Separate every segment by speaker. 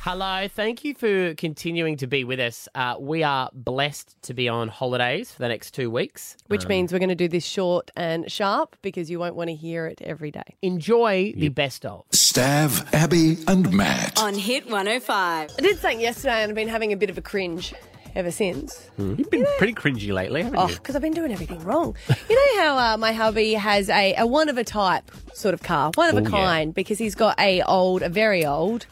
Speaker 1: Hello, thank you for continuing to be with us. Uh, we are blessed to be on holidays for the next two weeks,
Speaker 2: Which means we're going to do this short and sharp because you won't want to hear it every day.
Speaker 3: Uh,
Speaker 1: enjoy the best of.
Speaker 4: Stav, Abby, and Matt.
Speaker 5: On Hit 105.
Speaker 2: I did something yesterday and I've been having a bit of a cringe ever since.
Speaker 3: Hmm. You've been pretty cringy lately, haven't
Speaker 2: Oh,
Speaker 3: you?
Speaker 2: because I've been doing everything wrong. You know how uh, my hubby has a, a one of a type sort of car, one of
Speaker 3: Ooh,
Speaker 2: a
Speaker 3: yeah.
Speaker 2: kind, because he's got a old, a very old.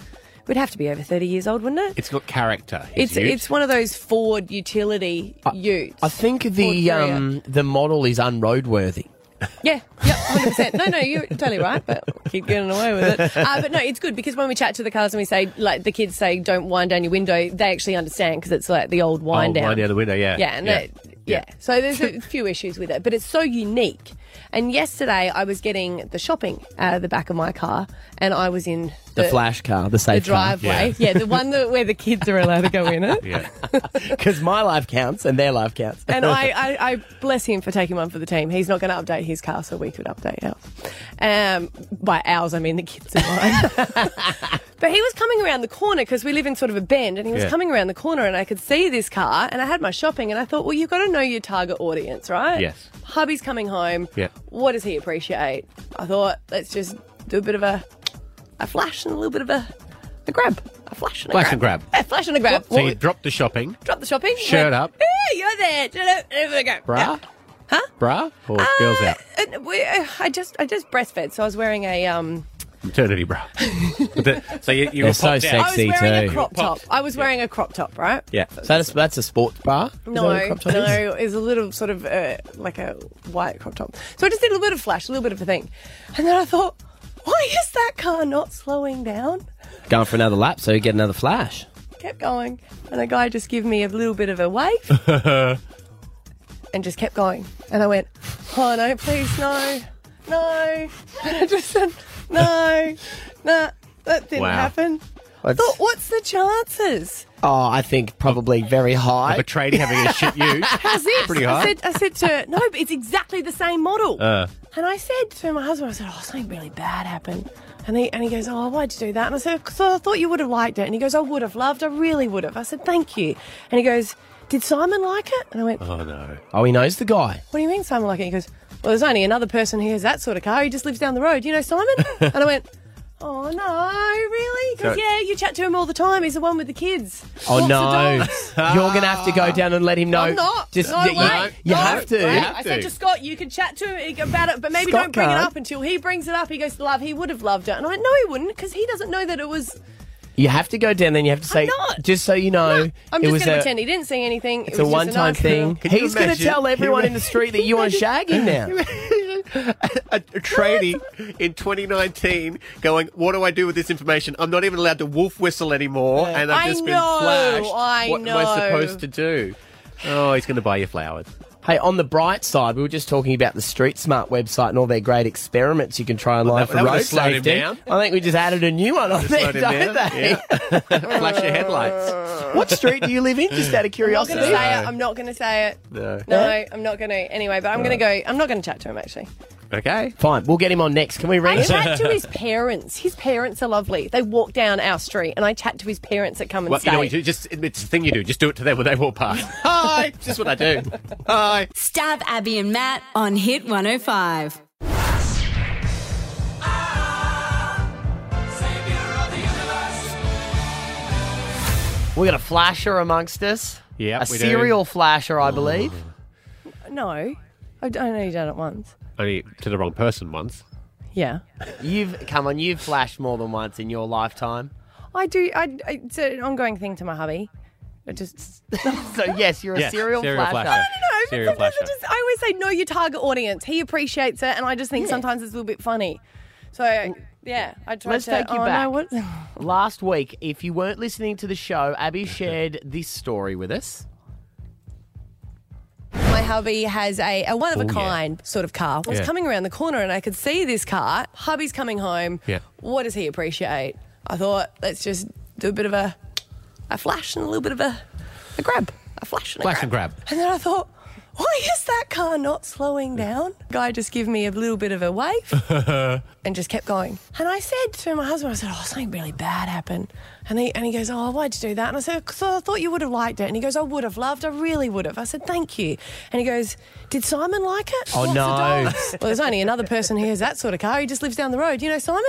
Speaker 2: It would have to be over thirty years old, wouldn't it?
Speaker 3: It's got character. his
Speaker 2: It's
Speaker 3: ute.
Speaker 2: it's one of those Ford utility utes.
Speaker 1: I think the
Speaker 2: Korea.
Speaker 1: um, the model is unroadworthy.
Speaker 3: Oh,
Speaker 2: Yeah, yeah, hundred percent. No, no, you're totally right, but keep getting away with it. Uh, but no, it's good because when we chat to the cars and we say, like, the kids say, "Don't wind down your window," they actually understand because it's like the old wind
Speaker 3: Old
Speaker 2: down.
Speaker 3: wind down the window, yeah.
Speaker 2: yeah, and
Speaker 3: Yeah.
Speaker 2: it- yeah.
Speaker 3: Yeah.
Speaker 2: So there's a few issues with it, but it's so unique. And yesterday, I was getting the shopping out of the back of my car, and I was in
Speaker 6: The, flash car, the
Speaker 2: the
Speaker 6: safe
Speaker 2: driveway. Yeah. the one that where the kids are allowed to go in it.
Speaker 3: Yeah.
Speaker 6: Because my life counts and their life counts.
Speaker 2: And I, I, I bless him for taking one for the team. He's not going to update his car, so we could update ours. Um, by ours, I mean the kids and mine. but he was coming around the corner because we live in sort of a bend, and he was
Speaker 3: Yeah.
Speaker 2: coming around the corner, and I could see this car, and I had my shopping, and I thought, well, you've got to know your target audience, right?
Speaker 3: Yes.
Speaker 2: Hubby's coming home.
Speaker 3: Yeah.
Speaker 2: What does he appreciate? I thought, let's just do a bit of a, a flash and a little bit of a, a grab. A flash and a
Speaker 3: Flash
Speaker 2: grab.
Speaker 3: and grab.
Speaker 2: A flash and a grab.
Speaker 3: So you dropped the shopping,
Speaker 2: Drop the shopping.
Speaker 3: Shirt
Speaker 2: went,
Speaker 3: up.
Speaker 2: "Eh, you're there. Shut up. Over we go.
Speaker 3: bra?
Speaker 2: Out.
Speaker 3: Huh? Bra? Or girls out?
Speaker 2: And we, uh, I just I just breastfed, so I was wearing a um
Speaker 3: Maternity bra. With the- so you, you
Speaker 6: They're
Speaker 3: were
Speaker 6: so
Speaker 3: popped
Speaker 6: sexy.
Speaker 2: I
Speaker 3: out.
Speaker 2: was
Speaker 6: XC2.
Speaker 2: wearing a crop top.
Speaker 3: Popped.
Speaker 2: I was wearing a crop top, right?
Speaker 6: yeah. So that's, that's a sports bar?
Speaker 2: No, no, it's a little sort of uh, like a white crop top. So I just did a little bit of flash, a little bit of a thing, and then I thought, why is that car not slowing down?
Speaker 6: Going for another lap so you get another flash.
Speaker 2: Kept going, and a guy just gave me a little bit of a wave, and just kept going, and I went, oh no, please no, no, and I just said, no, no, that didn't
Speaker 3: Wow.
Speaker 2: happen. thought, what's the chances?
Speaker 6: Oh, I think probably very high.
Speaker 3: Of a tradie having a shit ute.
Speaker 2: That's it.
Speaker 3: Pretty
Speaker 2: I
Speaker 3: high. Uh.
Speaker 2: said, I said to her, no, but it's exactly the same model. And I said to my husband, I said, oh, something really bad happened. And he, and he goes, oh, why'd you do that? And I said, because I thought you would have liked it. And he goes, I would have loved. I really would have. I said, thank you. And he goes, did Simon like it? And I went,
Speaker 3: Oh, no.
Speaker 6: Oh, he knows the guy.
Speaker 2: what do you mean Simon like it? He goes, well, there's only another person who has that sort of car. He just lives down the road. You know Simon? and I went, oh, no, really? He goes,
Speaker 3: So-
Speaker 2: yeah, you chat to him all the time. He's the one with the kids.
Speaker 6: Oh,
Speaker 2: Lots of
Speaker 6: no.
Speaker 2: dogs."
Speaker 6: You're going to have to go down and let him know.
Speaker 2: I'm not.
Speaker 6: Oh, Just,
Speaker 2: no
Speaker 6: you,
Speaker 2: way.
Speaker 6: you- you
Speaker 2: No
Speaker 6: have to.
Speaker 2: way.
Speaker 3: You have
Speaker 2: I said
Speaker 3: to.
Speaker 2: to Scott, you can chat to him about it, but maybe
Speaker 6: Scott
Speaker 2: don't bring it
Speaker 6: can't.
Speaker 2: up until he brings it up. He goes, love, he would have loved it. And I went, no, he wouldn't, because he doesn't know that it was.
Speaker 6: You have to go down and you have to say,
Speaker 2: I'm not.
Speaker 6: just so you know,
Speaker 2: I'm
Speaker 6: it
Speaker 2: just
Speaker 6: was
Speaker 2: going to
Speaker 6: a,
Speaker 2: pretend he didn't see anything.
Speaker 6: it's
Speaker 2: it
Speaker 6: a
Speaker 2: was
Speaker 6: one
Speaker 2: just
Speaker 6: time
Speaker 2: nice
Speaker 6: thing.
Speaker 2: little-
Speaker 3: you
Speaker 6: He's going to
Speaker 3: imagine-
Speaker 6: tell
Speaker 3: can you
Speaker 6: everyone in the street that you want shagging now.
Speaker 3: a, a tradie in 2019 going, What do I do with this information? I'm not even allowed to wolf whistle anymore, and I've
Speaker 2: I
Speaker 3: just
Speaker 2: know,
Speaker 3: been flashed.
Speaker 2: I
Speaker 3: what am I
Speaker 2: know.
Speaker 3: supposed to do? Oh, he's going to buy you flowers.
Speaker 6: Hey, on the bright side, we were just talking about the Street Smart website and all their great experiments you can try online
Speaker 3: that- that
Speaker 6: for
Speaker 3: would've
Speaker 6: road
Speaker 3: slowed him
Speaker 6: safety.
Speaker 3: down.
Speaker 6: I think we just added a new one on there,
Speaker 3: Slowed him
Speaker 6: don't
Speaker 3: down.
Speaker 6: they?
Speaker 3: Yeah. Flash your headlights.
Speaker 6: What street do you live in? Just out of
Speaker 2: I'm not going to
Speaker 6: curiosity.
Speaker 2: say it. I'm not going to say it.
Speaker 3: No.
Speaker 2: No, I'm not going to. Anyway, but I'm going to go. I'm not going to chat to him, actually.
Speaker 3: Okay.
Speaker 6: Fine, we'll get him on next. Can we ring
Speaker 2: I
Speaker 6: him?
Speaker 2: chat to his parents. His parents are lovely. They walk down our street, and I chat to his parents that come and
Speaker 3: Well,
Speaker 2: stay.
Speaker 3: you know what you do? Just, it's the thing you do. Just do it to them when they walk past. Hi! Just what I do. Hi.
Speaker 5: Stab Abby and Matt on Hit 105.
Speaker 1: We got a flasher amongst us.
Speaker 3: Yep,
Speaker 1: a
Speaker 3: we do.
Speaker 1: serial flasher, I believe.
Speaker 2: No, I I know you done it once.
Speaker 3: Only to the wrong person once.
Speaker 2: Yeah.
Speaker 1: You've come on, you've flashed more than once in your lifetime.
Speaker 2: I do. I, I- it's an ongoing thing to my hubby. I just,
Speaker 1: So yes, you're
Speaker 3: Yes,
Speaker 1: a serial,
Speaker 3: serial
Speaker 1: flasher.
Speaker 3: flasher.
Speaker 2: no, but
Speaker 3: Serial
Speaker 2: sometimes I
Speaker 3: flasher.
Speaker 2: just, I always say know your target audience. He appreciates it, and I just think sometimes it's a little bit funny. So yeah, I try
Speaker 1: Let's
Speaker 2: to.
Speaker 1: take you
Speaker 2: oh,
Speaker 1: back.
Speaker 2: No, what,
Speaker 1: Last week, if you weren't listening to the show, Abby shared this story with us.
Speaker 2: my hubby has a, a one of a
Speaker 3: yeah.
Speaker 2: kind sort of car. I was
Speaker 3: Yeah.
Speaker 2: coming around the corner, and I could see this car. Hubby's coming home.
Speaker 3: Yeah.
Speaker 2: What does he appreciate? I thought let's just do a bit of a a flash and a little bit of a a grab, a flash and a
Speaker 3: Flash
Speaker 2: grab.
Speaker 3: and grab.
Speaker 2: And then I thought, Why is that car not slowing down? Guy just gave me a little bit of a wave and just kept going. And I said to my husband, I said, Oh, something really bad happened. And he, and he goes, Oh, why'd you do that? And I said, Because I thought you would have liked it. And he goes, I would have loved. I really would have. I said, Thank you. And he goes, Did Simon like it?
Speaker 6: Oh,
Speaker 2: Lots of
Speaker 6: no.
Speaker 2: dogs." well, there's only another person who has that sort of car. He just lives down the road. You know, Simon?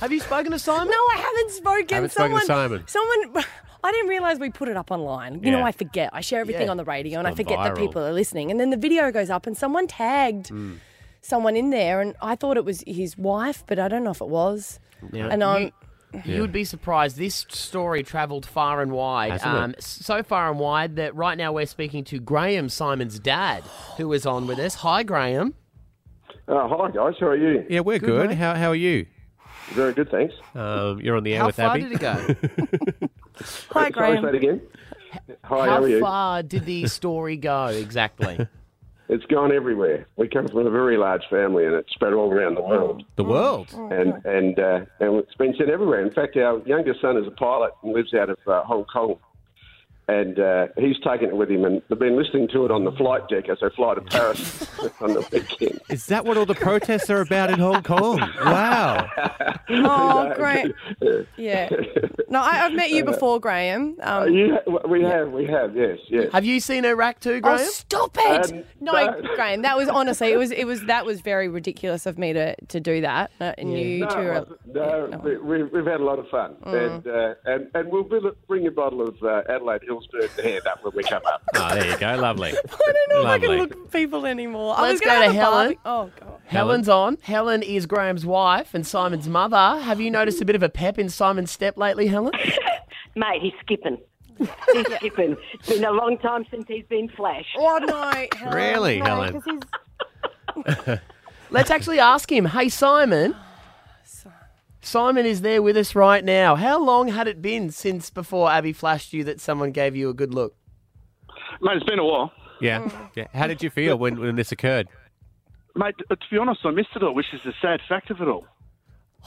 Speaker 6: Have you spoken to Simon?
Speaker 2: No, I haven't spoken.
Speaker 3: Haven't spoken to
Speaker 2: someone,
Speaker 3: Simon.
Speaker 2: Someone. I didn't realise we put it up online. You know,
Speaker 3: Yeah.
Speaker 2: I forget. I share everything
Speaker 6: Yeah.
Speaker 2: on the radio and I
Speaker 3: gone
Speaker 2: forget that
Speaker 3: viral. Hmm.
Speaker 2: people are listening. And then the video goes up and someone tagged someone in there and I thought it was his wife, but I don't know if it was. And I'm.
Speaker 1: You would be surprised. This story travelled far and wide.
Speaker 3: Hasn't it?
Speaker 1: s- so far and wide that right now we're speaking to Graham, Simon's dad, who is on with us. Hi, Graham.
Speaker 7: Oh, hi guys, how are you?
Speaker 3: Yeah, we're good. How, how are you?
Speaker 7: Very good, thanks.
Speaker 3: Um, you're on the air
Speaker 1: How
Speaker 3: with
Speaker 1: far
Speaker 3: Abby.
Speaker 1: did it go?
Speaker 2: Hi,
Speaker 7: Sorry, say
Speaker 2: Graham.
Speaker 7: it again. Hi, how,
Speaker 1: How
Speaker 7: are you?
Speaker 1: far did the story go exactly?
Speaker 7: It's gone everywhere. We come from a very large family, and it's spread all around the world,
Speaker 3: the world.
Speaker 1: Oh,
Speaker 7: and and uh, and it's been sent everywhere. In fact, our youngest son is a pilot and lives out of uh, Hong Kong, and uh, he's taken it with him, and they've been listening to it on the flight deck as they fly to Paris on the weekend.
Speaker 3: Is that what all the protests are about in Hong Kong? Wow.
Speaker 2: Oh, Graham. Yeah. No, I, I've met you before, Graham. Um,
Speaker 7: Yeah, we have, we have, yes, yes.
Speaker 1: Have you seen Iraq too,
Speaker 2: Oh,
Speaker 1: Graham?
Speaker 2: stop it!
Speaker 7: Um,
Speaker 2: no,
Speaker 7: no.
Speaker 2: Graham, that was honestly it was it was that was very ridiculous of me to to do that. Uh, and you two are
Speaker 7: No, no, we, we, we've had a lot of fun, and, uh, and and we'll be- bring a bottle of uh, Adelaide Hills Bird to hand up when we come up.
Speaker 3: Oh, there you go. Lovely.
Speaker 2: I don't know
Speaker 3: Lovely.
Speaker 2: if I can look at people anymore. I
Speaker 1: Let's
Speaker 2: was
Speaker 1: go to
Speaker 2: gonna have a
Speaker 1: Helen.
Speaker 2: Barbie- Oh god.
Speaker 1: Helen's on. Helen is Graham's wife and Simon's mother. Have you noticed a bit of a pep in Simon's step lately, Helen?
Speaker 8: Mate, he's skipping. He's skipping. It's been a long time since he's been flash.
Speaker 2: Oh no, Helen.
Speaker 3: Really,
Speaker 2: no,
Speaker 3: Helen?
Speaker 2: 'cause he's-
Speaker 1: Let's actually ask him. Hey, Simon. Simon is there with us right now. How long had it been since before Abby flashed you that someone gave you a good look?
Speaker 9: Mate, it's been a while.
Speaker 2: Oh.
Speaker 3: Yeah. yeah. How did you feel when, when this occurred?
Speaker 9: Mate, t- to be honest, I missed it all, which is the sad fact of it all.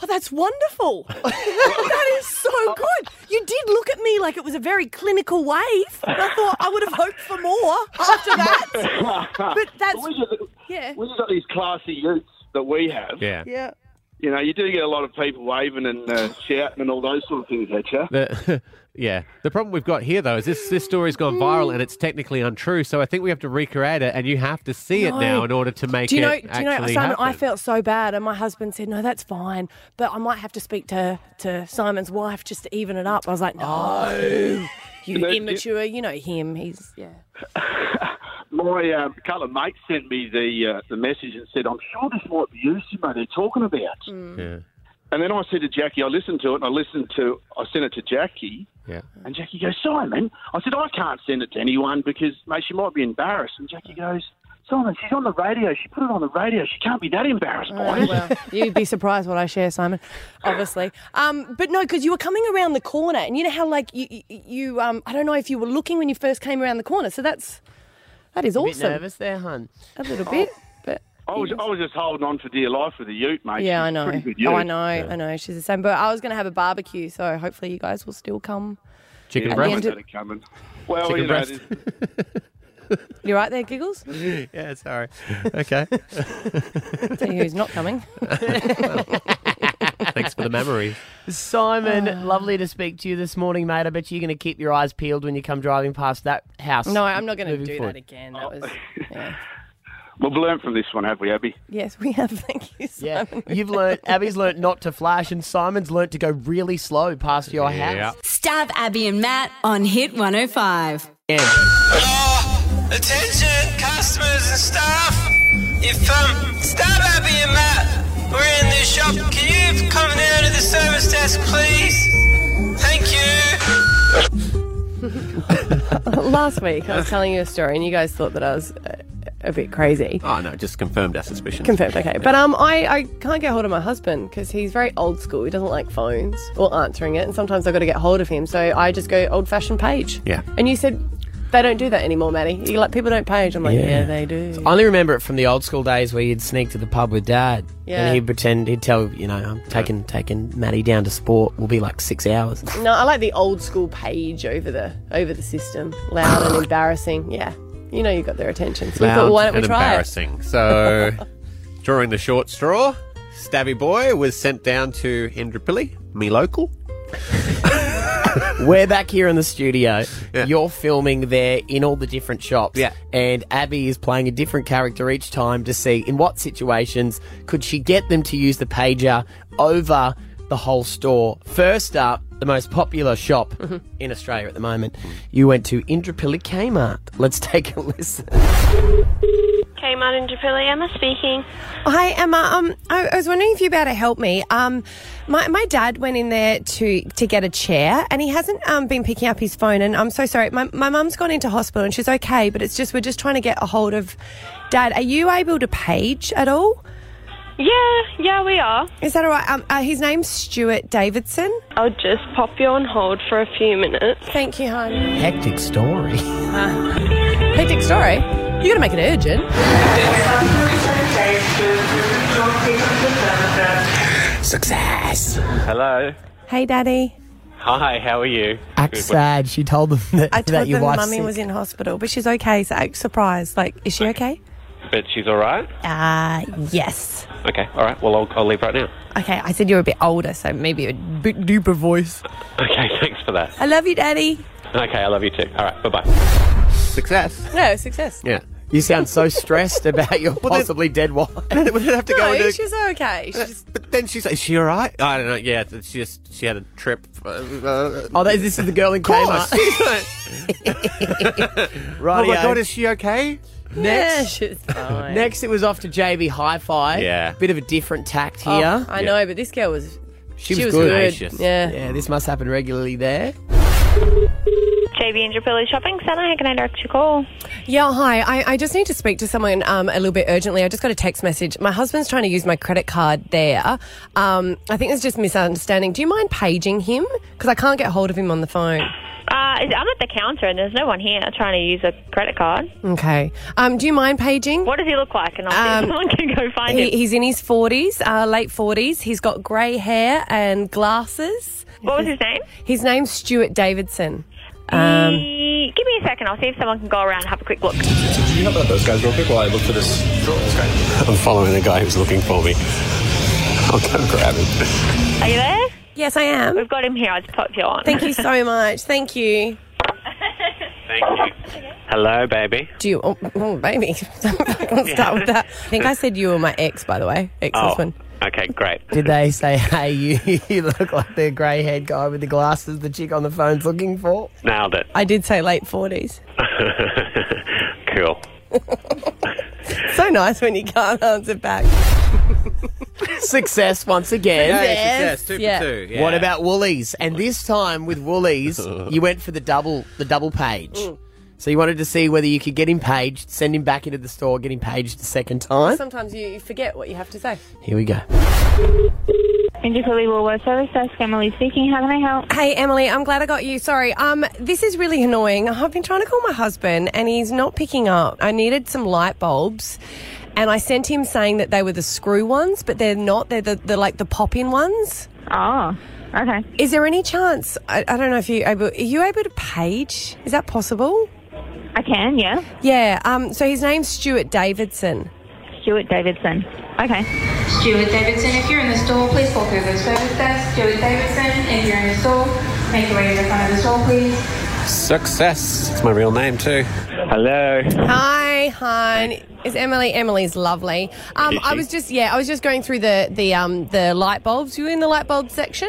Speaker 2: Oh, that's wonderful. that is so good. You did look at me like it was a very clinical wave. And I thought I would have hoped for more after that. But that's
Speaker 9: We just,
Speaker 2: yeah.
Speaker 9: we just got these classy youths that we have.
Speaker 3: Yeah.
Speaker 2: Yeah.
Speaker 9: You know, you do get a lot of people waving and uh, shouting and all those sort of things at you.
Speaker 3: The, yeah. The problem we've got here, though, is this, this story's gone viral and it's technically untrue. So I think we have to recreate it and you have to see it
Speaker 2: No.
Speaker 3: now in order to make
Speaker 2: Do you know?
Speaker 3: it
Speaker 2: Do you know,
Speaker 3: actually
Speaker 2: Simon?
Speaker 3: happen.
Speaker 2: I felt so bad, and my husband said, "No, that's fine, but I might have to speak to to Simon's wife just to even it up." I was like, "No, Oh, you immature. You know him. He's yeah."
Speaker 9: My um, couple of mates sent me the uh, the message and said, I'm sure this might be you, Simo, they're talking about.
Speaker 3: Yeah.
Speaker 9: And then I said to Jackie, I listened to it and I listened to, I sent it to Jackie.
Speaker 3: Yeah.
Speaker 9: And Jackie goes, Simon. I said, I can't send it to anyone because, mate, she might be embarrassed. And Jackie goes, Simon, she's on the radio. She put it on the radio. She can't be that embarrassed by it.
Speaker 2: Oh, well, you'd be surprised what I share, Simon. Obviously, um, but no, because you were coming around the corner, and you know how like you, you- you, um, I don't know if you were looking when you first came around the corner. So that's that is
Speaker 1: Bit
Speaker 2: awesome.
Speaker 1: nervous there, hun.
Speaker 2: A little bit,
Speaker 9: Oh.
Speaker 2: but
Speaker 9: I was, I was just holding on for dear life with the ute, mate.
Speaker 2: yeah,
Speaker 9: She's
Speaker 2: I
Speaker 9: a
Speaker 2: know.
Speaker 9: pretty good
Speaker 2: Oh, I
Speaker 9: ute.
Speaker 2: know, I know. She's the same. But I was going to have a barbecue, so hopefully you guys will still come.
Speaker 3: Chicken
Speaker 9: Yeah,
Speaker 2: breast.
Speaker 9: I
Speaker 3: breast.
Speaker 9: had it coming. Well,
Speaker 3: Chicken
Speaker 9: you know,
Speaker 3: breast.
Speaker 9: there's-
Speaker 2: You right there, giggles?
Speaker 3: Yeah, sorry. Okay.
Speaker 2: Tell you who's not coming.
Speaker 3: Thanks for the memory.
Speaker 1: Simon, lovely to speak to you this morning, mate. I bet you're going to keep your eyes peeled when you come driving past that house.
Speaker 2: No, I'm not going to
Speaker 1: Moving
Speaker 2: do
Speaker 1: forward.
Speaker 2: that again.
Speaker 9: Oh.
Speaker 2: That was
Speaker 9: we've learned from this one, have we, Abby?
Speaker 2: yes, we have. Thank you,
Speaker 1: Yeah,
Speaker 2: Simon.
Speaker 1: you've learnt. Abby's learnt not to flash, and Simon's learnt to go really slow past your house.
Speaker 5: Stab Abby and Matt on Hit 105.
Speaker 10: Attention, customers and staff. If um, Stab Abbey and Matt were in the shop, can you come down to the service desk, please? Thank you.
Speaker 2: Last week, I was telling you a story, and you guys thought that I was a, a bit crazy.
Speaker 3: Oh, no, just confirmed our suspicion.
Speaker 2: Confirmed, okay. But um, I, I can't get hold of my husband because he's very old school. He doesn't like phones or answering it, and sometimes I've got to get hold of him. So I just go old fashioned page.
Speaker 3: Yeah.
Speaker 2: And you said, They don't do that anymore, Maddie. You're like, people don't page. I'm like, yeah,
Speaker 1: Yeah.
Speaker 2: they do.
Speaker 1: I only remember it from the old school days where you'd sneak to the pub with dad.
Speaker 2: Yeah.
Speaker 1: And he'd pretend, he'd tell, you know, I'm taking, taking Maddie down to sport. We'll be like six hours.
Speaker 2: No, I like the old school page over the over the system. Loud and embarrassing. Yeah. You know you got their attention. So we thought, well, why don't we
Speaker 3: and
Speaker 2: try it?
Speaker 3: embarrassing. So, drawing the short straw, Stabby Boy was sent down to Indrapilli, me local.
Speaker 1: We're back here in the studio. You're filming there in all the different shops.
Speaker 3: Yeah.
Speaker 1: And Abby is playing a different character each time to see in what situations could she get them to use the pager over the whole store. First up, the most popular shop in Australia at the moment. You went to Indrapilli Kmart. Let's take a listen.
Speaker 11: Kmart in Japili, Emma speaking.
Speaker 2: Hi Emma. Um, I, I was wondering if you'd be able to help me. Um, my, my dad went in there to to get a chair, and he hasn't um been picking up his phone. And I'm so sorry. My my mum's gone into hospital, and she's okay, but it's just we're just trying to get a hold of Dad. Are you able to page at all?
Speaker 11: Yeah, yeah, we are.
Speaker 2: Is that all right? Um, uh, his name's Stuart Davidson.
Speaker 11: I'll just pop you on hold for a few minutes.
Speaker 2: Thank you, hon.
Speaker 1: Hectic story.
Speaker 2: Hectic story. You gotta make it urgent.
Speaker 1: Success.
Speaker 12: Hello.
Speaker 2: Hey, Daddy.
Speaker 12: Hi, how are you?
Speaker 1: Act sad. She told them that,
Speaker 2: I told
Speaker 1: that your
Speaker 2: them
Speaker 1: wife's
Speaker 2: mummy
Speaker 1: sick.
Speaker 2: was in hospital, but she's okay. So act surprised. Like, is she okay?
Speaker 12: But she's all right.
Speaker 2: Uh, yes.
Speaker 12: Okay, all right. Well, I'll, I'll leave right now.
Speaker 2: Okay, I said you're a bit older, so maybe a bit deeper voice.
Speaker 12: Okay, thanks for that.
Speaker 2: I love you, Daddy.
Speaker 12: Okay, I love you too. All right, bye bye.
Speaker 3: Success.
Speaker 2: No, success.
Speaker 3: Yeah.
Speaker 1: You sound so stressed about your possibly dead wife.
Speaker 3: Would it have to go into?
Speaker 2: she's okay. She's just,
Speaker 3: But then she's like, "Is she all right?" I don't know. Yeah, it's- she just she had a trip. Uh,
Speaker 1: Oh, that, this is the girl in
Speaker 3: course.
Speaker 1: Kmart. right.
Speaker 3: oh my god, is she okay?
Speaker 2: yeah,
Speaker 1: Next,
Speaker 2: she's fine.
Speaker 1: next, it was off to JB Hi-Fi.
Speaker 3: Yeah.
Speaker 1: Bit of a different tact
Speaker 2: Oh,
Speaker 1: here.
Speaker 2: I know, but this girl was.
Speaker 1: She,
Speaker 2: was
Speaker 1: good.
Speaker 2: good. Yeah.
Speaker 1: Yeah. This must happen regularly there.
Speaker 11: JB in Japili Shopping Centre, how can I direct your call?
Speaker 2: Yeah, hi. I, I just need to speak to someone um, a little bit urgently. I just got a text message. My husband's trying to use my credit card there. Um, I think there's just misunderstanding. Do you mind paging him? Because I can't get hold of him on the phone.
Speaker 11: Uh, is- I'm at the counter and there's no one here trying to use a credit card.
Speaker 2: Okay. Um, do you mind paging?
Speaker 11: What does he look like? And I'll see if
Speaker 2: Um,
Speaker 11: someone can go find
Speaker 2: He,
Speaker 11: him.
Speaker 2: he's in his 40s, uh, late 40s. He's got grey hair and glasses.
Speaker 11: What was his name?
Speaker 2: His name's Stuart Davidson. Um,
Speaker 11: He- Give me a second. I'll see if someone can go around and have a quick look.
Speaker 13: Can you help out those guys real quick while I look for this? I'm following the guy who's looking for me. I'll go grab him.
Speaker 11: Are you there?
Speaker 2: Yes, I am.
Speaker 11: We've got him here. I just popped you on.
Speaker 2: thank you so much. Thank you.
Speaker 12: Hello, baby.
Speaker 2: Do you, oh, oh baby, let's start with that. I think I said you were my ex, by the way,
Speaker 12: Oh.
Speaker 2: ex-husband.
Speaker 12: okay, great.
Speaker 1: Did they say, "Hey, you, you look like the grey-haired guy with the glasses the chick on the phone's looking for"?
Speaker 12: Nailed it.
Speaker 2: I did say late 40s.
Speaker 12: cool.
Speaker 2: So nice when you can't answer back.
Speaker 1: Success once again.
Speaker 2: Yeah, Yes, success. Two for yeah. two, yeah.
Speaker 1: What about Woolies? And this time with Woolies, you went for the double the double page. So you wanted to see whether you could get him paged, send him back into the store, get him paged a second time.
Speaker 2: Sometimes you, you forget what you have to say.
Speaker 1: Here we go.
Speaker 14: Indically Woolworth Service Desk, Emily speaking. How can I help?
Speaker 2: Hey Emily, I'm glad I got you. Sorry, um, this is really annoying. I've been trying to call my husband and he's not picking up. I needed some light bulbs, and I sent him saying that they were the screw ones, but they're not. They're the, the like the pop-in ones.
Speaker 14: Oh, okay.
Speaker 2: Is there any chance? I, I don't know if you able, are you able to page? Is that possible?
Speaker 14: I can, yeah.
Speaker 2: Yeah. Um. So his name's Stuart Davidson.
Speaker 14: Stuart Davidson. Okay.
Speaker 15: Stuart Davidson, if you're in the store, please walk through the service desk. Stuart Davidson, if you're in the store, make your way to the front of the store, please.
Speaker 12: Success. It's my real name too. Hello.
Speaker 2: Hi, hon. Is Emily? Emily's lovely. Um,
Speaker 12: Is she?
Speaker 2: I was just yeah, I was just going through the the um the light bulbs. You were in the light bulb section?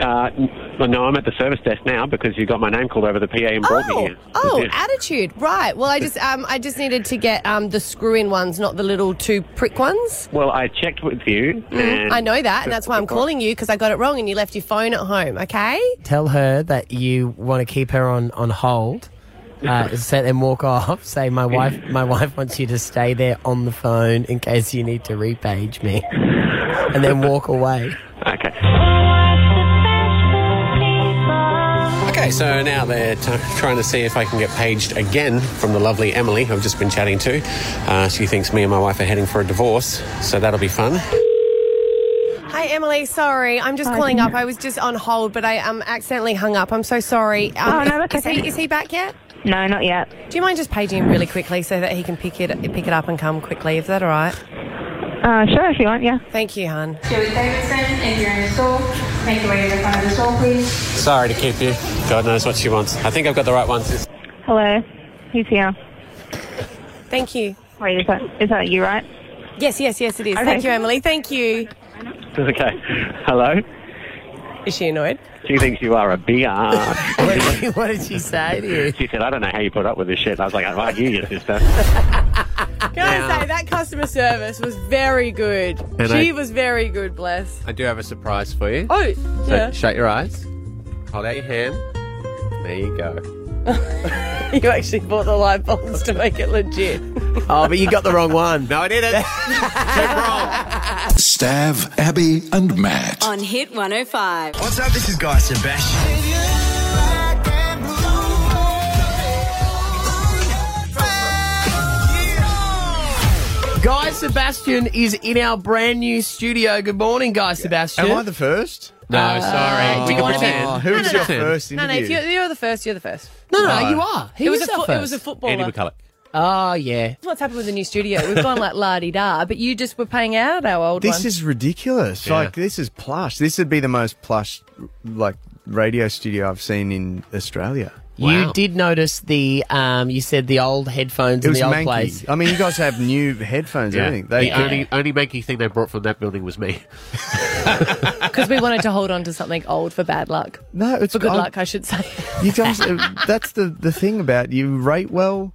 Speaker 12: Uh, n- well, no, I'm at the service desk now because you got my name called over the PA and brought me here.
Speaker 2: Oh,
Speaker 12: Yeah.
Speaker 14: uh,
Speaker 2: attitude. Right. Well, I just um, I just needed to get um, the screw-in ones, not the little two prick ones.
Speaker 12: Well, I checked with you.
Speaker 14: Mm,
Speaker 12: And
Speaker 2: I know that, and that's why I'm calling you because I got it wrong and you left your phone at home. Okay.
Speaker 1: Tell her that you want to keep her on on hold. Uh, set and walk off. Say my wife. My wife wants you to stay there on the phone in case you need to repage me, and then walk away.
Speaker 12: Okay.
Speaker 10: Okay,
Speaker 12: Okay, so now they're t- trying to see if I can get paged again from the lovely Emily, who I've just been chatting to. Uh, she thinks me and my wife are heading for a divorce, so that'll be fun.
Speaker 2: Hi, Emily. Sorry, I'm just
Speaker 12: Hi,
Speaker 2: calling
Speaker 12: Dina.
Speaker 2: up. I was just on hold, but I um, accidentally hung up. I'm so sorry. Um,
Speaker 14: Oh, no, that's
Speaker 2: is,
Speaker 14: okay.
Speaker 2: he, is he back yet?
Speaker 14: No, not yet.
Speaker 2: Do you mind just paging him really quickly so that he can pick it pick it up and come quickly? Is that all right?
Speaker 14: Uh, sure, if you want, yeah.
Speaker 2: Thank you, hon.
Speaker 15: Joey Davidson, if you're in the store, make your way to the front of the store, please.
Speaker 12: Sorry to keep you. God knows what she wants. I think I've got the right ones.
Speaker 14: Hello. Who's here?
Speaker 2: Thank you.
Speaker 14: Wait, is that, is that you, right?
Speaker 2: Yes, yes, yes, it is.
Speaker 14: Okay.
Speaker 2: Thank you, Emily. Thank you.
Speaker 12: Okay. Hello?
Speaker 2: Is she annoyed?
Speaker 12: She thinks you are a BR.
Speaker 1: what did she say to you?
Speaker 12: she said, I don't know how you put up with this shit. I was like, I hear you, sister.
Speaker 2: Can I say that customer service was very good.
Speaker 3: And
Speaker 2: she
Speaker 3: I-
Speaker 2: was very good. Bless.
Speaker 3: I do have a surprise for you.
Speaker 2: Oh,
Speaker 3: So
Speaker 2: yeah.
Speaker 3: shut your eyes. Hold out your hand. There you go.
Speaker 2: you actually bought the light bulbs to make it legit.
Speaker 1: Oh, but you got the wrong one.
Speaker 3: no, I didn't.
Speaker 4: Stav, Abby, and Matt.
Speaker 5: On Hit 105.
Speaker 16: What's up? This is Guy Sebastian.
Speaker 1: Guy Sebastian is in our brand new studio. Good morning, Guy Sebastian. Uh,
Speaker 17: Am I the first?
Speaker 1: No, sorry.
Speaker 17: Oh,
Speaker 1: We can pretend.
Speaker 17: who
Speaker 1: No,
Speaker 17: was
Speaker 1: no,
Speaker 17: your
Speaker 1: no.
Speaker 17: first
Speaker 2: No, no, if
Speaker 17: interview?
Speaker 2: you're, you're the first. You're the first.
Speaker 1: No, no, you are. He
Speaker 2: it was,
Speaker 1: was
Speaker 2: a
Speaker 1: up
Speaker 2: fo- it
Speaker 1: first.
Speaker 2: was a footballer.
Speaker 3: McCulloch.
Speaker 1: Oh, yeah.
Speaker 2: That's what's happened with the new studio. We've gone like la di da, but you just were paying out our old
Speaker 17: This
Speaker 2: one.
Speaker 17: is ridiculous.
Speaker 2: Yeah.
Speaker 17: Like this is plush. This would be the most plush, like radio studio I've seen in Australia.
Speaker 1: You did notice the, um, you said the old headphones
Speaker 17: It
Speaker 1: in
Speaker 17: was
Speaker 1: the old
Speaker 17: manky.
Speaker 1: place.
Speaker 17: I mean, you guys have new headphones. and
Speaker 1: Yeah.
Speaker 17: Everything.
Speaker 1: The only-
Speaker 3: only manky thing they brought from that building was me.
Speaker 2: because we wanted to hold on to something old for bad luck.
Speaker 17: No, it's
Speaker 2: for good
Speaker 17: I-
Speaker 2: luck, I should say.
Speaker 17: You guys, that's the the thing about you rate well,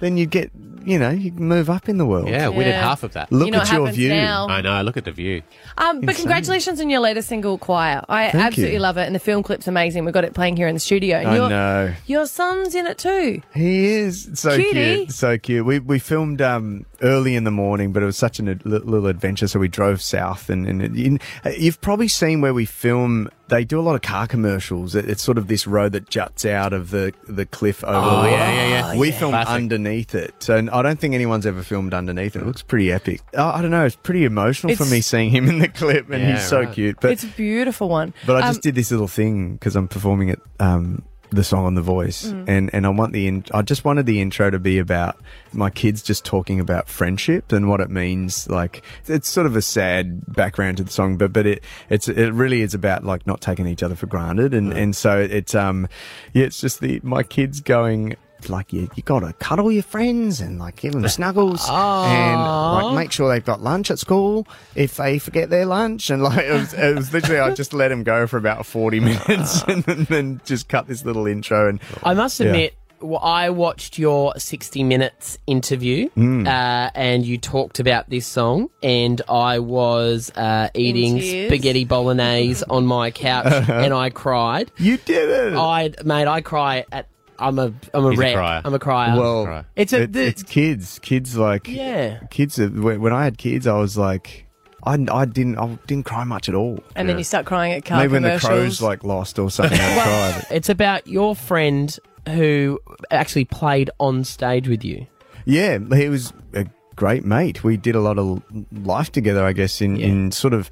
Speaker 17: then you get you know you can move up in the world.
Speaker 3: Yeah, we did Yeah. half of that.
Speaker 17: Look
Speaker 2: You know
Speaker 17: at
Speaker 2: what
Speaker 17: your
Speaker 2: happens
Speaker 17: view.
Speaker 2: now. I
Speaker 3: know. Look at the view.
Speaker 2: Um, but
Speaker 17: Insane.
Speaker 2: congratulations on your latest single, Choir. I
Speaker 17: Thank
Speaker 2: absolutely
Speaker 17: you.
Speaker 2: love it, and the film clip's amazing. We've got it playing here in the studio. And
Speaker 17: I
Speaker 2: your,
Speaker 17: know.
Speaker 2: Your son's in it too.
Speaker 17: He is so
Speaker 2: Cutie.
Speaker 17: cute, so cute. We we filmed um, early in the morning, but it was such a little adventure. So we drove south, and, and it, in, uh, you've probably seen where we film. They do a lot of car commercials. It, it's sort of this road that juts out of the the cliff over.
Speaker 3: Oh, yeah, yeah, yeah.
Speaker 17: We
Speaker 3: Yeah.
Speaker 17: filmed
Speaker 3: Classic.
Speaker 17: underneath it, so I don't think anyone's ever filmed underneath it. It looks pretty epic. I, I don't know. It's pretty emotional for
Speaker 2: It's-
Speaker 17: me seeing him in the clip, and
Speaker 2: Yeah,
Speaker 17: he's so
Speaker 2: right.
Speaker 17: cute. But
Speaker 2: it's a beautiful one.
Speaker 17: but I just
Speaker 2: Um,
Speaker 17: did this little thing because I'm performing it, um, the song on The Voice,
Speaker 2: Mm.
Speaker 17: and and I want the in- I just wanted the intro to be about my kids just talking about friendship and what it means. Like it's sort of a sad background to the song, but but it it's it really is about like not taking each other for granted, and and so it's um yeah, it's just the my kids going. Like you, you gotta cuddle your friends and like give them snuggles and like
Speaker 1: Aw.
Speaker 17: make sure they've got lunch at school if they forget their lunch and like it was, it was literally I just let him go for about 40 minutes and then, then just cut this little intro and
Speaker 1: I must
Speaker 17: Yeah.
Speaker 1: admit, w I I watched your 60 Minutes interview
Speaker 17: Mm.
Speaker 1: uh, and you talked about this song, and I was uh, eating
Speaker 3: tears.
Speaker 1: spaghetti bolognese on my couch
Speaker 3: Uh-huh.
Speaker 1: and I cried.
Speaker 17: You did it!
Speaker 2: Oh,
Speaker 1: I, mate, I cry at. I'm a I'm a
Speaker 17: He's a
Speaker 1: wreck.
Speaker 17: crier.
Speaker 1: I'm a crier.
Speaker 17: well
Speaker 1: it's a
Speaker 17: it-
Speaker 1: the-
Speaker 17: it's kids kids like
Speaker 1: Yeah.
Speaker 17: kids are- when, when I had kids I was like I, I didn't I didn't cry much at all
Speaker 2: and then you start crying at car
Speaker 17: maybe when the
Speaker 2: commercials.
Speaker 17: crows like lost or something I cried
Speaker 1: It's about your friend who actually played on stage with you.
Speaker 17: Yeah, he was a great mate. We did a lot of life together, I guess, in, in sort of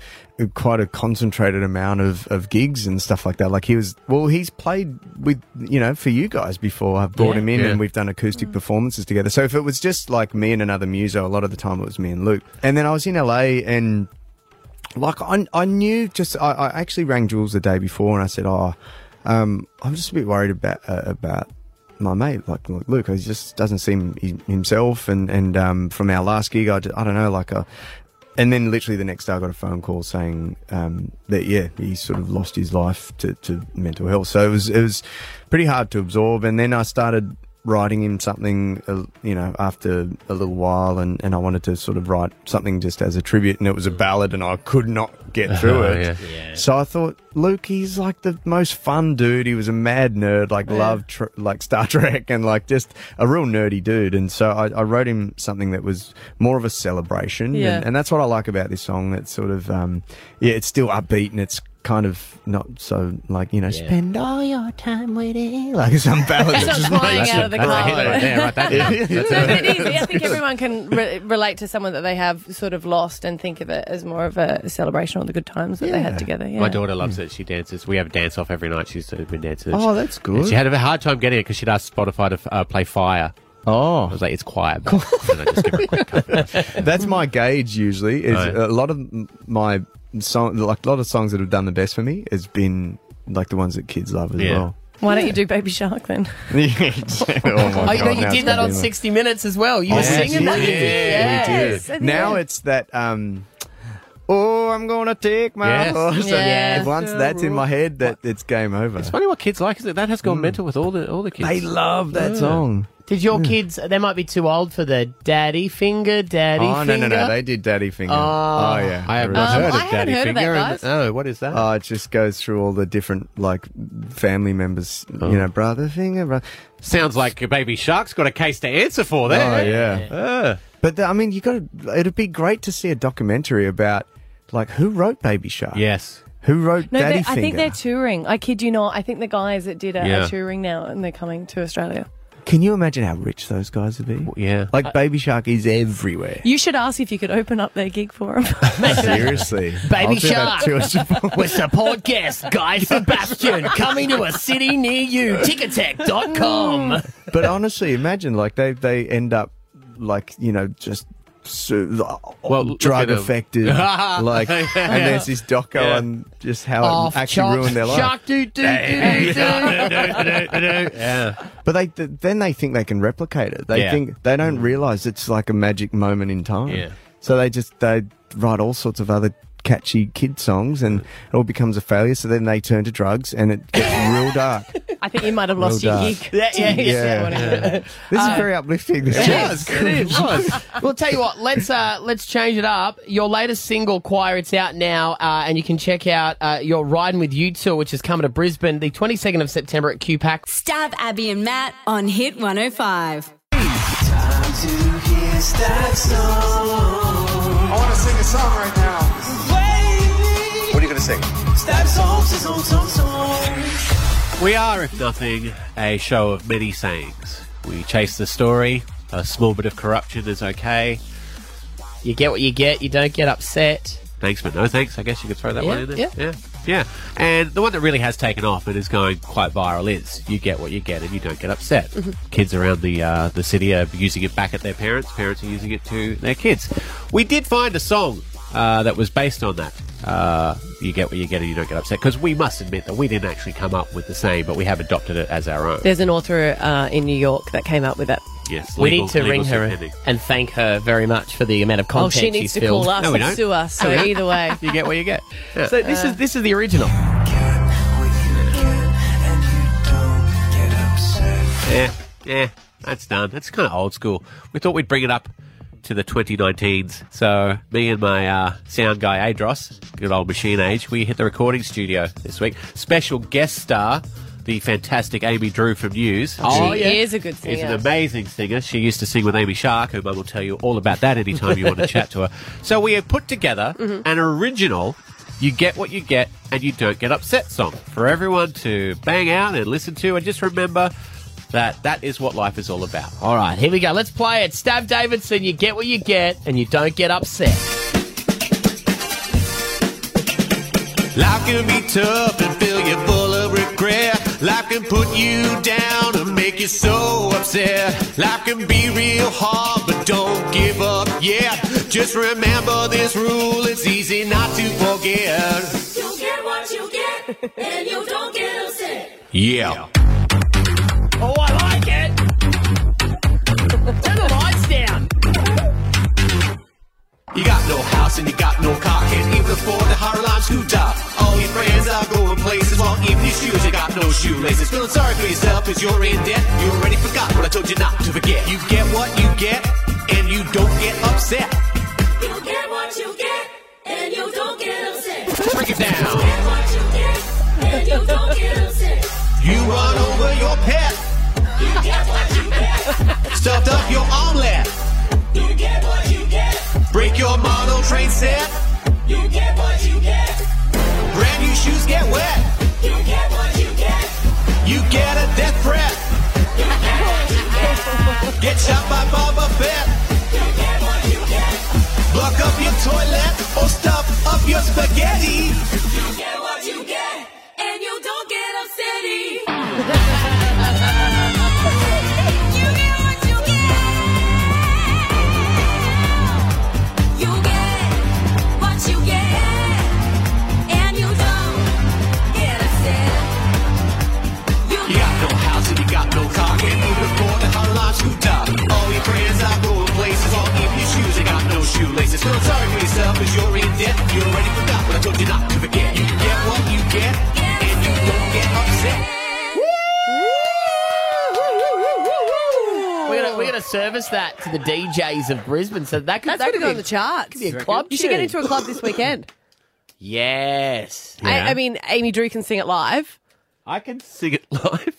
Speaker 17: quite a concentrated amount of, of gigs and stuff like that. Like he was, well, he's played with, you know, for you guys before. I've brought
Speaker 3: Yeah.
Speaker 17: him in
Speaker 3: Yeah.
Speaker 17: and we've done acoustic performances together. So if it was just like me and another muso, a lot of the time it was me and Luke. And then I was in LA and like I, I knew just I, I actually rang Jules the day before and I said, "Oh, um, I'm just a bit worried about uh, about my mate. Like, like Luke, he just doesn't seem he, himself." And and um, from our last gig, I, d- I don't know, like a. And then literally the next day, I got a phone call saying um, that yeah, he sort of lost his life to, to mental health. So it was it was pretty hard to absorb. And then I started writing him something, uh, you know, after a little while, and, and I wanted to sort of write something just as a tribute, and it was a ballad, and I could not get through
Speaker 3: Oh,
Speaker 17: it.
Speaker 3: yeah.
Speaker 17: So I thought, Luke, he's like the most fun dude. He was a mad nerd, like loved tr- like Star Trek, and like just a real nerdy dude. And so I, I wrote him something that was more of a celebration,
Speaker 3: Yeah.
Speaker 17: and, and that's what I like about this song. It's sort of um, yeah, it's still upbeat and it's kind of not so like you know
Speaker 1: Yeah.
Speaker 17: spend all your time waiting like some ballad
Speaker 2: It's
Speaker 17: that's
Speaker 2: not
Speaker 17: just
Speaker 2: flying
Speaker 17: like
Speaker 2: out of the
Speaker 17: that's a
Speaker 2: car.
Speaker 17: hit right there, right? That-
Speaker 2: Yeah.
Speaker 17: that's
Speaker 2: No,
Speaker 17: a-
Speaker 2: but it is. I think everyone can re- relate to someone that they have sort of lost and think of it as more of a celebration of the good times that they had together. Yeah.
Speaker 3: My daughter loves it. She dances. We have a dance off every night. She's been dancing.
Speaker 2: Oh, that's
Speaker 3: And
Speaker 2: good.
Speaker 3: She had a hard time getting it because she'd asked Spotify to f- uh, play Fire.
Speaker 17: Oh, I
Speaker 3: was like, it's quiet. but- and I just give her a quick
Speaker 17: That's my gauge usually. Is
Speaker 3: Right.
Speaker 17: a lot of m- my song, like a lot of songs that have done the best for me, has been like the ones that kids love as
Speaker 3: Yeah.
Speaker 17: well.
Speaker 2: Why don't you do Baby Shark then?
Speaker 17: Yeah, oh
Speaker 1: Oh,
Speaker 17: my
Speaker 1: you know,
Speaker 17: God,
Speaker 1: you
Speaker 17: now
Speaker 1: did
Speaker 17: it's
Speaker 1: that
Speaker 17: gonna
Speaker 1: on
Speaker 17: be like-
Speaker 1: 60 Minutes as well. You
Speaker 17: Oh,
Speaker 1: were
Speaker 17: yeah,
Speaker 1: singing
Speaker 17: yeah,
Speaker 1: that.
Speaker 17: we did, we did.
Speaker 1: Yes, I
Speaker 17: Now
Speaker 1: did.
Speaker 17: it's that. um Oh, I'm gonna take my
Speaker 3: Yes.
Speaker 17: horse. And
Speaker 3: Yes.
Speaker 17: Once that's in my head, that it's game over.
Speaker 3: It's funny what kids like, isn't it? That has gone mental with all the all the kids.
Speaker 17: They love that song.
Speaker 1: Did your kids? They might be too old for the daddy finger, daddy
Speaker 17: oh
Speaker 1: finger.
Speaker 17: no no no! They did Daddy Finger.
Speaker 1: Oh.
Speaker 17: Oh, yeah,
Speaker 3: Um, I have
Speaker 17: really
Speaker 3: not
Speaker 17: did.
Speaker 3: heard of Daddy Finger. and- oh, what is that?
Speaker 17: Oh, it just goes through all the different like family members.
Speaker 3: Oh.
Speaker 17: You know, brother finger, brother.
Speaker 3: Sounds like your baby shark's got a case to answer for there.
Speaker 17: Oh yeah. But the, I mean, you got to. It'd be great to see a documentary about like who wrote Baby Shark.
Speaker 3: Yes.
Speaker 17: Who wrote
Speaker 2: No,
Speaker 17: Daddy
Speaker 2: they- I
Speaker 17: Finger?
Speaker 2: think they're touring. I kid you not. I think the guys that did it
Speaker 17: Yeah.
Speaker 2: are touring now and they're coming to Australia.
Speaker 17: Can you imagine how rich those guys would be?
Speaker 3: Yeah.
Speaker 17: Like Baby Shark is everywhere.
Speaker 2: You should ask if you could open up their gig for them.
Speaker 17: Seriously. I'll
Speaker 1: Baby
Speaker 17: do that
Speaker 1: Shark.
Speaker 17: to us.
Speaker 1: With support guest Guy Sebastian coming to a city near you. Ticketek.com.
Speaker 17: but honestly, imagine like they they end up like you know just. So,
Speaker 3: Well, look
Speaker 17: drug
Speaker 3: at 'em.
Speaker 17: affected, like,
Speaker 3: Yeah.
Speaker 17: and there's this doco
Speaker 3: Yeah.
Speaker 17: on just how
Speaker 1: Off
Speaker 17: it actually
Speaker 1: shark,
Speaker 17: ruined their life.
Speaker 1: Shark doo doo doo doo.
Speaker 3: yeah.
Speaker 17: But they th- then they think they can replicate it. They
Speaker 3: Yeah.
Speaker 17: think they don't realize it's like a magic moment in time.
Speaker 3: Yeah.
Speaker 17: So they just they write all sorts of other catchy kid songs, and it all becomes a failure. So then they turn to drugs, and it gets real dark.
Speaker 2: I think you might have lost
Speaker 17: Well
Speaker 2: your
Speaker 17: done.
Speaker 2: gig.
Speaker 1: Yeah, yeah,
Speaker 17: yeah. This
Speaker 3: Uh,
Speaker 17: is very uplifting. This
Speaker 1: Yes,
Speaker 17: is.
Speaker 1: Well, tell you what, let's uh, let's change it up. Your latest single, Choir, it's out now, uh, and you can check out uh, your Riding with You tour, which is coming to Brisbane the 22nd of September at QPAC.
Speaker 5: Stab Abby and Matt on Hit 105.
Speaker 10: Time to hear that song. I want to sing a song right now.
Speaker 13: What are you going to sing?
Speaker 10: Stab song, song, song, song.
Speaker 3: We are, if nothing, a show of many sayings. We chase the story. A small bit of corruption is okay.
Speaker 1: You get what you get, you don't get upset.
Speaker 3: Thanks, but no thanks. I guess you could throw that
Speaker 1: Yeah,
Speaker 3: one in there.
Speaker 1: yeah.
Speaker 3: yeah. Yeah. And the one that really has taken off and is going quite viral is you get what you get and you don't get upset.
Speaker 1: Mm-hmm.
Speaker 3: Kids around the uh, the city are using it back at their parents. Parents are using it to their kids. We did find a song uh, that was based on that. Uh, you get what you get and you don't get upset. Because we must admit that we didn't actually come up with the same, but we have adopted it as our own.
Speaker 2: There's an author uh, in New York that came up with it.
Speaker 3: Yes,
Speaker 1: We
Speaker 3: legal-
Speaker 1: need to
Speaker 3: legal
Speaker 1: ring her
Speaker 3: subheading.
Speaker 1: and thank her very much for the amount of
Speaker 2: Oh,
Speaker 1: content
Speaker 2: she needs
Speaker 1: she's
Speaker 2: to
Speaker 1: filled.
Speaker 2: call us
Speaker 3: No, we
Speaker 2: and
Speaker 3: don't.
Speaker 2: sue us. So
Speaker 3: No, we don't.
Speaker 2: either way.
Speaker 3: You get what you get. Yeah.
Speaker 1: So this is this is the original.
Speaker 3: Yeah, yeah, that's done. That's kind of old school. We thought we'd bring it up to the 2019s. So me and my uh, sound guy Adros, good old machine age, we hit the recording studio this week. Special guest star, the fantastic Amy Drew from News.
Speaker 1: Oh,
Speaker 2: she
Speaker 1: yeah.
Speaker 2: is a good singer.
Speaker 3: Is an amazing singer. She used to sing with Amy Shark, who I will tell you all about that anytime you want to chat to her. So we have put together an original You Get What You Get and You Don't Get Upset song for everyone to bang out and listen to. And just remember that that is what life is all about.
Speaker 1: All right, here we go. Let's play it. Stab Davidson, you get what you get, and you don't get upset.
Speaker 10: Life can be tough and fill you full of regret. Life can put you down and make you so upset. Life can be real hard, but don't give up yet. Just remember this rule, it's easy not to forget.
Speaker 5: You get what you get, and you don't get upset.
Speaker 10: Yeah.
Speaker 1: Oh, I like it. Turn the lights down.
Speaker 10: You got no house and you got no car, can't even afford the higher line scooter. All your friends are going places, well, even your shoes, you got no shoelaces. Feeling sorry for yourself because you're in debt. You already forgot what I told you not to forget. You get what you get, and you don't get upset.
Speaker 5: You get what you get, and you don't get upset.
Speaker 10: Break it down.
Speaker 5: Get what you get, and you don't get upset.
Speaker 10: You run over your pet,
Speaker 5: You get what you get,
Speaker 10: stuffed up your omelet,
Speaker 5: you get what you get,
Speaker 10: break your model train set,
Speaker 5: you get what you get.
Speaker 10: brand new shoes
Speaker 3: get wet. You get what you get. You get a death threat. You get what you get. Get shot by Boba Fett. You get what you get. Block up your toilet or stuff up your spaghetti. You get what you get, and you don't get You got no house and you got no car. Can't move the floor to Harlem Scooter. All your friends are going places. All of your shoes ain't got no shoelaces. Feel sorry for yourself because you're in debt. You already forgot what I told you not to forget. You get what you get, and you don't get upset.
Speaker 1: We're gonna, we're gonna service that to the DJs of Brisbane, so that could
Speaker 2: That's
Speaker 1: that could
Speaker 2: going to go
Speaker 1: be
Speaker 2: on
Speaker 1: a-
Speaker 2: the charts.
Speaker 1: could be a club
Speaker 2: You should get
Speaker 1: tune.
Speaker 2: into a club this weekend.
Speaker 1: Yes,
Speaker 2: I, I mean, Amy Drew can sing it live.
Speaker 18: I can sing it live.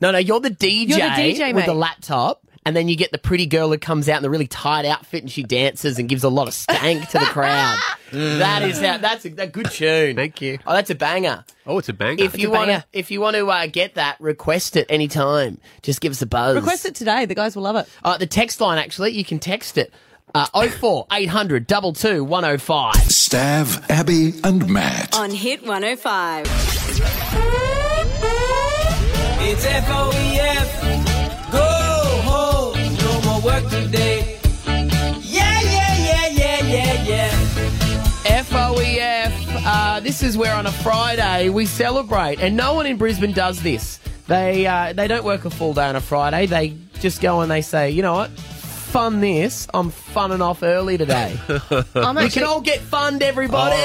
Speaker 1: No, no, you're the DJ,
Speaker 2: You're the DJ,
Speaker 1: with
Speaker 2: mate.
Speaker 1: the laptop, and then you get the pretty girl who comes out in a really tight outfit and she dances and gives a lot of stank to the crowd. that is that. That's a, a good tune. Thank you. Oh, that's a banger.
Speaker 18: Oh, it's a banger.
Speaker 1: If you want to, if you want to uh, get that, request it any time. Just give us a buzz.
Speaker 2: Request it today. The guys will love it.
Speaker 1: Uh, the text line actually, you can text it. Uh, 04 800 22 105.
Speaker 4: Stav, Abby, and Matt.
Speaker 5: On Hit 105.
Speaker 19: It's F-O-E-F. Go home. No more work today. Yeah, yeah, yeah, yeah, yeah, yeah.
Speaker 1: FOEF. E Uh, this is where on a Friday we celebrate, and no one in Brisbane does this. They uh, they don't work a full day on a Friday. They just go and they say, you know what, fun this. I'm funning off early today. we can
Speaker 2: actually-
Speaker 1: all get funned, everybody.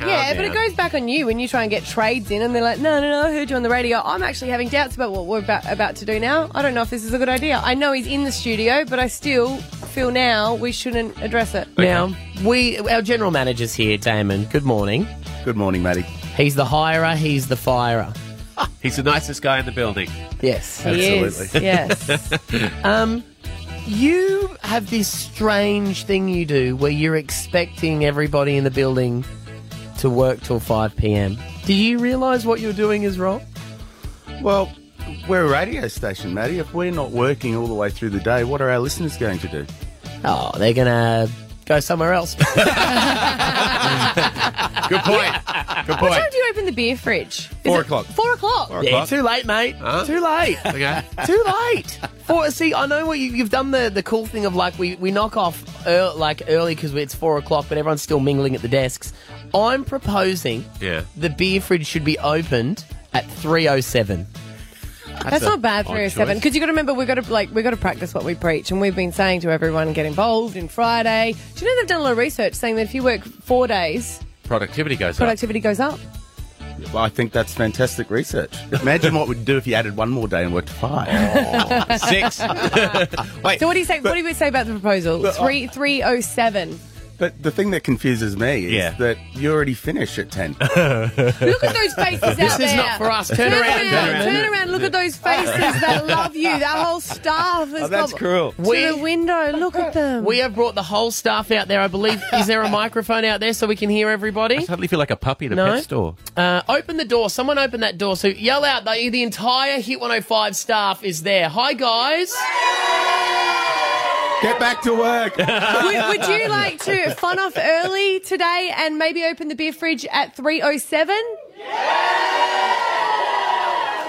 Speaker 18: Oh,
Speaker 2: yeah, but it goes back on you when you try and get trades in, and they're like, "No, no, no, I heard you on the radio. I'm actually having doubts about what we're about, about to do now. I don't know if this is a good idea. I know he's in the studio, but I still feel now we shouldn't address it."
Speaker 1: Now we our general manager's here, Damon. Good morning.
Speaker 17: Good morning, Matty.
Speaker 1: He's the hirer. He's the firer.
Speaker 18: He's the nicest guy in the building.
Speaker 1: Yes,
Speaker 18: He is, Absolutely.
Speaker 1: yes. um, you have this strange thing you do where you're expecting everybody in the building to work till five pm. Do you realise what you're doing is wrong?
Speaker 17: Well, we're a radio station, Matty. If we're not working all the way through the day, what are our listeners going to do?
Speaker 1: Oh, they're gonna go somewhere else.
Speaker 18: Good point. Good
Speaker 2: What
Speaker 18: point.
Speaker 2: time do you open the beer fridge? Is
Speaker 18: Four
Speaker 2: it-
Speaker 18: o'clock.
Speaker 2: Four o'clock.
Speaker 18: Four
Speaker 1: Yeah,
Speaker 18: o'clock.
Speaker 1: too late, mate.
Speaker 18: Huh?
Speaker 1: Too late.
Speaker 18: Okay.
Speaker 1: Too late. Four, see, I know what you, you've done the, the cool thing of like we, we knock off ear, like early because it's four o'clock, but everyone's still mingling at the desks. I'm proposing
Speaker 18: Yeah.
Speaker 1: the beer fridge should be opened at three oh seven.
Speaker 2: That's, not bad, three or seven. Because you got to remember, we've got to like we've got to practice what we preach, and we've been saying to everyone, get involved in Friday. Do you know they've done a lot of research saying that if you work four days,
Speaker 18: Productivity goes up.
Speaker 2: productivity goes up.
Speaker 17: Well, I think that's fantastic research. Imagine what we'd do if you added one more day and worked
Speaker 13: Oh.
Speaker 17: five.
Speaker 18: Six. Wait.
Speaker 2: So what do you say? what do you say about the proposal?
Speaker 1: uh,
Speaker 17: But-
Speaker 2: Three three oh seven.
Speaker 17: But the thing that confuses me is
Speaker 18: Yeah.
Speaker 17: that you already finish at 10.
Speaker 2: Look at those faces out there.
Speaker 1: This is not for us. Turn around.
Speaker 2: Turn around, turn around, look at those faces that love you. That whole staff is
Speaker 17: Oh, that's
Speaker 2: gone
Speaker 17: cruel.
Speaker 2: To
Speaker 1: We-
Speaker 2: the window, look at them.
Speaker 1: We have brought the whole staff out there. I believe is there a microphone out there so we can hear everybody?
Speaker 18: Suddenly feel like a puppy in a
Speaker 1: No.
Speaker 18: pet store.
Speaker 1: Uh, open the door. Someone open that door. So yell out. The, the entire Hit 105 staff is there. Hi, guys.
Speaker 17: Get back to work.
Speaker 2: would, would you like to fun off early today and maybe open the beer fridge at 307?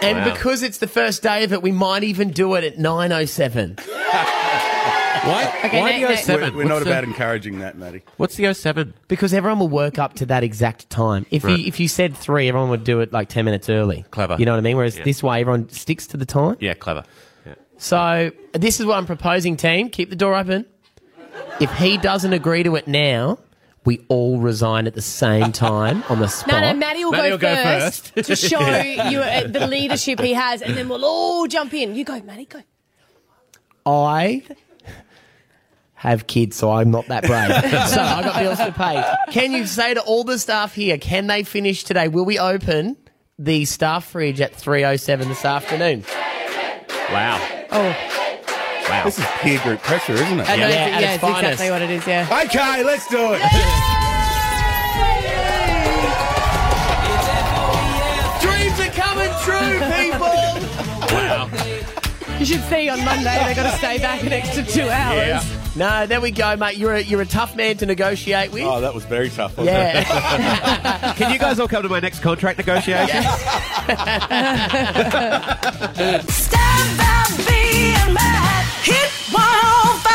Speaker 1: And
Speaker 18: Wow.
Speaker 1: because it's the first day of it, we might even do it at 9.07.
Speaker 18: Why?
Speaker 2: Okay,
Speaker 18: why
Speaker 2: Nate,
Speaker 18: the
Speaker 2: Nate.
Speaker 18: 07?
Speaker 17: We're not
Speaker 18: What's the-
Speaker 17: about encouraging that, Matty.
Speaker 18: What's the 07?
Speaker 1: Because everyone will work up to that exact time. If,
Speaker 18: Right.
Speaker 1: you, if you said three, everyone would do it like 10 minutes early.
Speaker 18: Clever.
Speaker 1: You know what I mean? Whereas
Speaker 18: Yeah.
Speaker 1: this way, everyone sticks to the time.
Speaker 18: Yeah, clever. Yeah.
Speaker 1: So this is what I'm proposing, team. Keep the door open. If he doesn't agree to it now, we all resign at the same time on the spot.
Speaker 2: No, no, Maddie will,
Speaker 18: Matty
Speaker 2: go,
Speaker 18: will go
Speaker 2: first, to show you uh, the leadership he has, and then we'll all jump in. You go, Maddie, go.
Speaker 1: I have kids, so I'm not that brave. so I got bills to pay. Can you say to all the staff here, can they finish today? Will we open the staff fridge at 3.07 this afternoon?
Speaker 18: Wow.
Speaker 2: Oh,
Speaker 18: Wow.
Speaker 17: This is peer group pressure, isn't it?
Speaker 2: I know,
Speaker 1: Yeah,
Speaker 2: yeah,
Speaker 1: at
Speaker 2: yeah,
Speaker 1: its
Speaker 2: it's exactly
Speaker 1: finest.
Speaker 2: what it is, yeah.
Speaker 17: Okay, let's do it.
Speaker 19: It's F-O-E-F.
Speaker 3: Wow.
Speaker 20: You should see on Monday they got to stay back an extra two hours.
Speaker 1: No, there we go, mate. You're a, you're a tough man to negotiate with.
Speaker 12: Oh, that was very tough. Wasn't
Speaker 1: Yeah.
Speaker 3: Can you guys all come to my next contract negotiation?
Speaker 16: Stand by, be a man. Hit 105.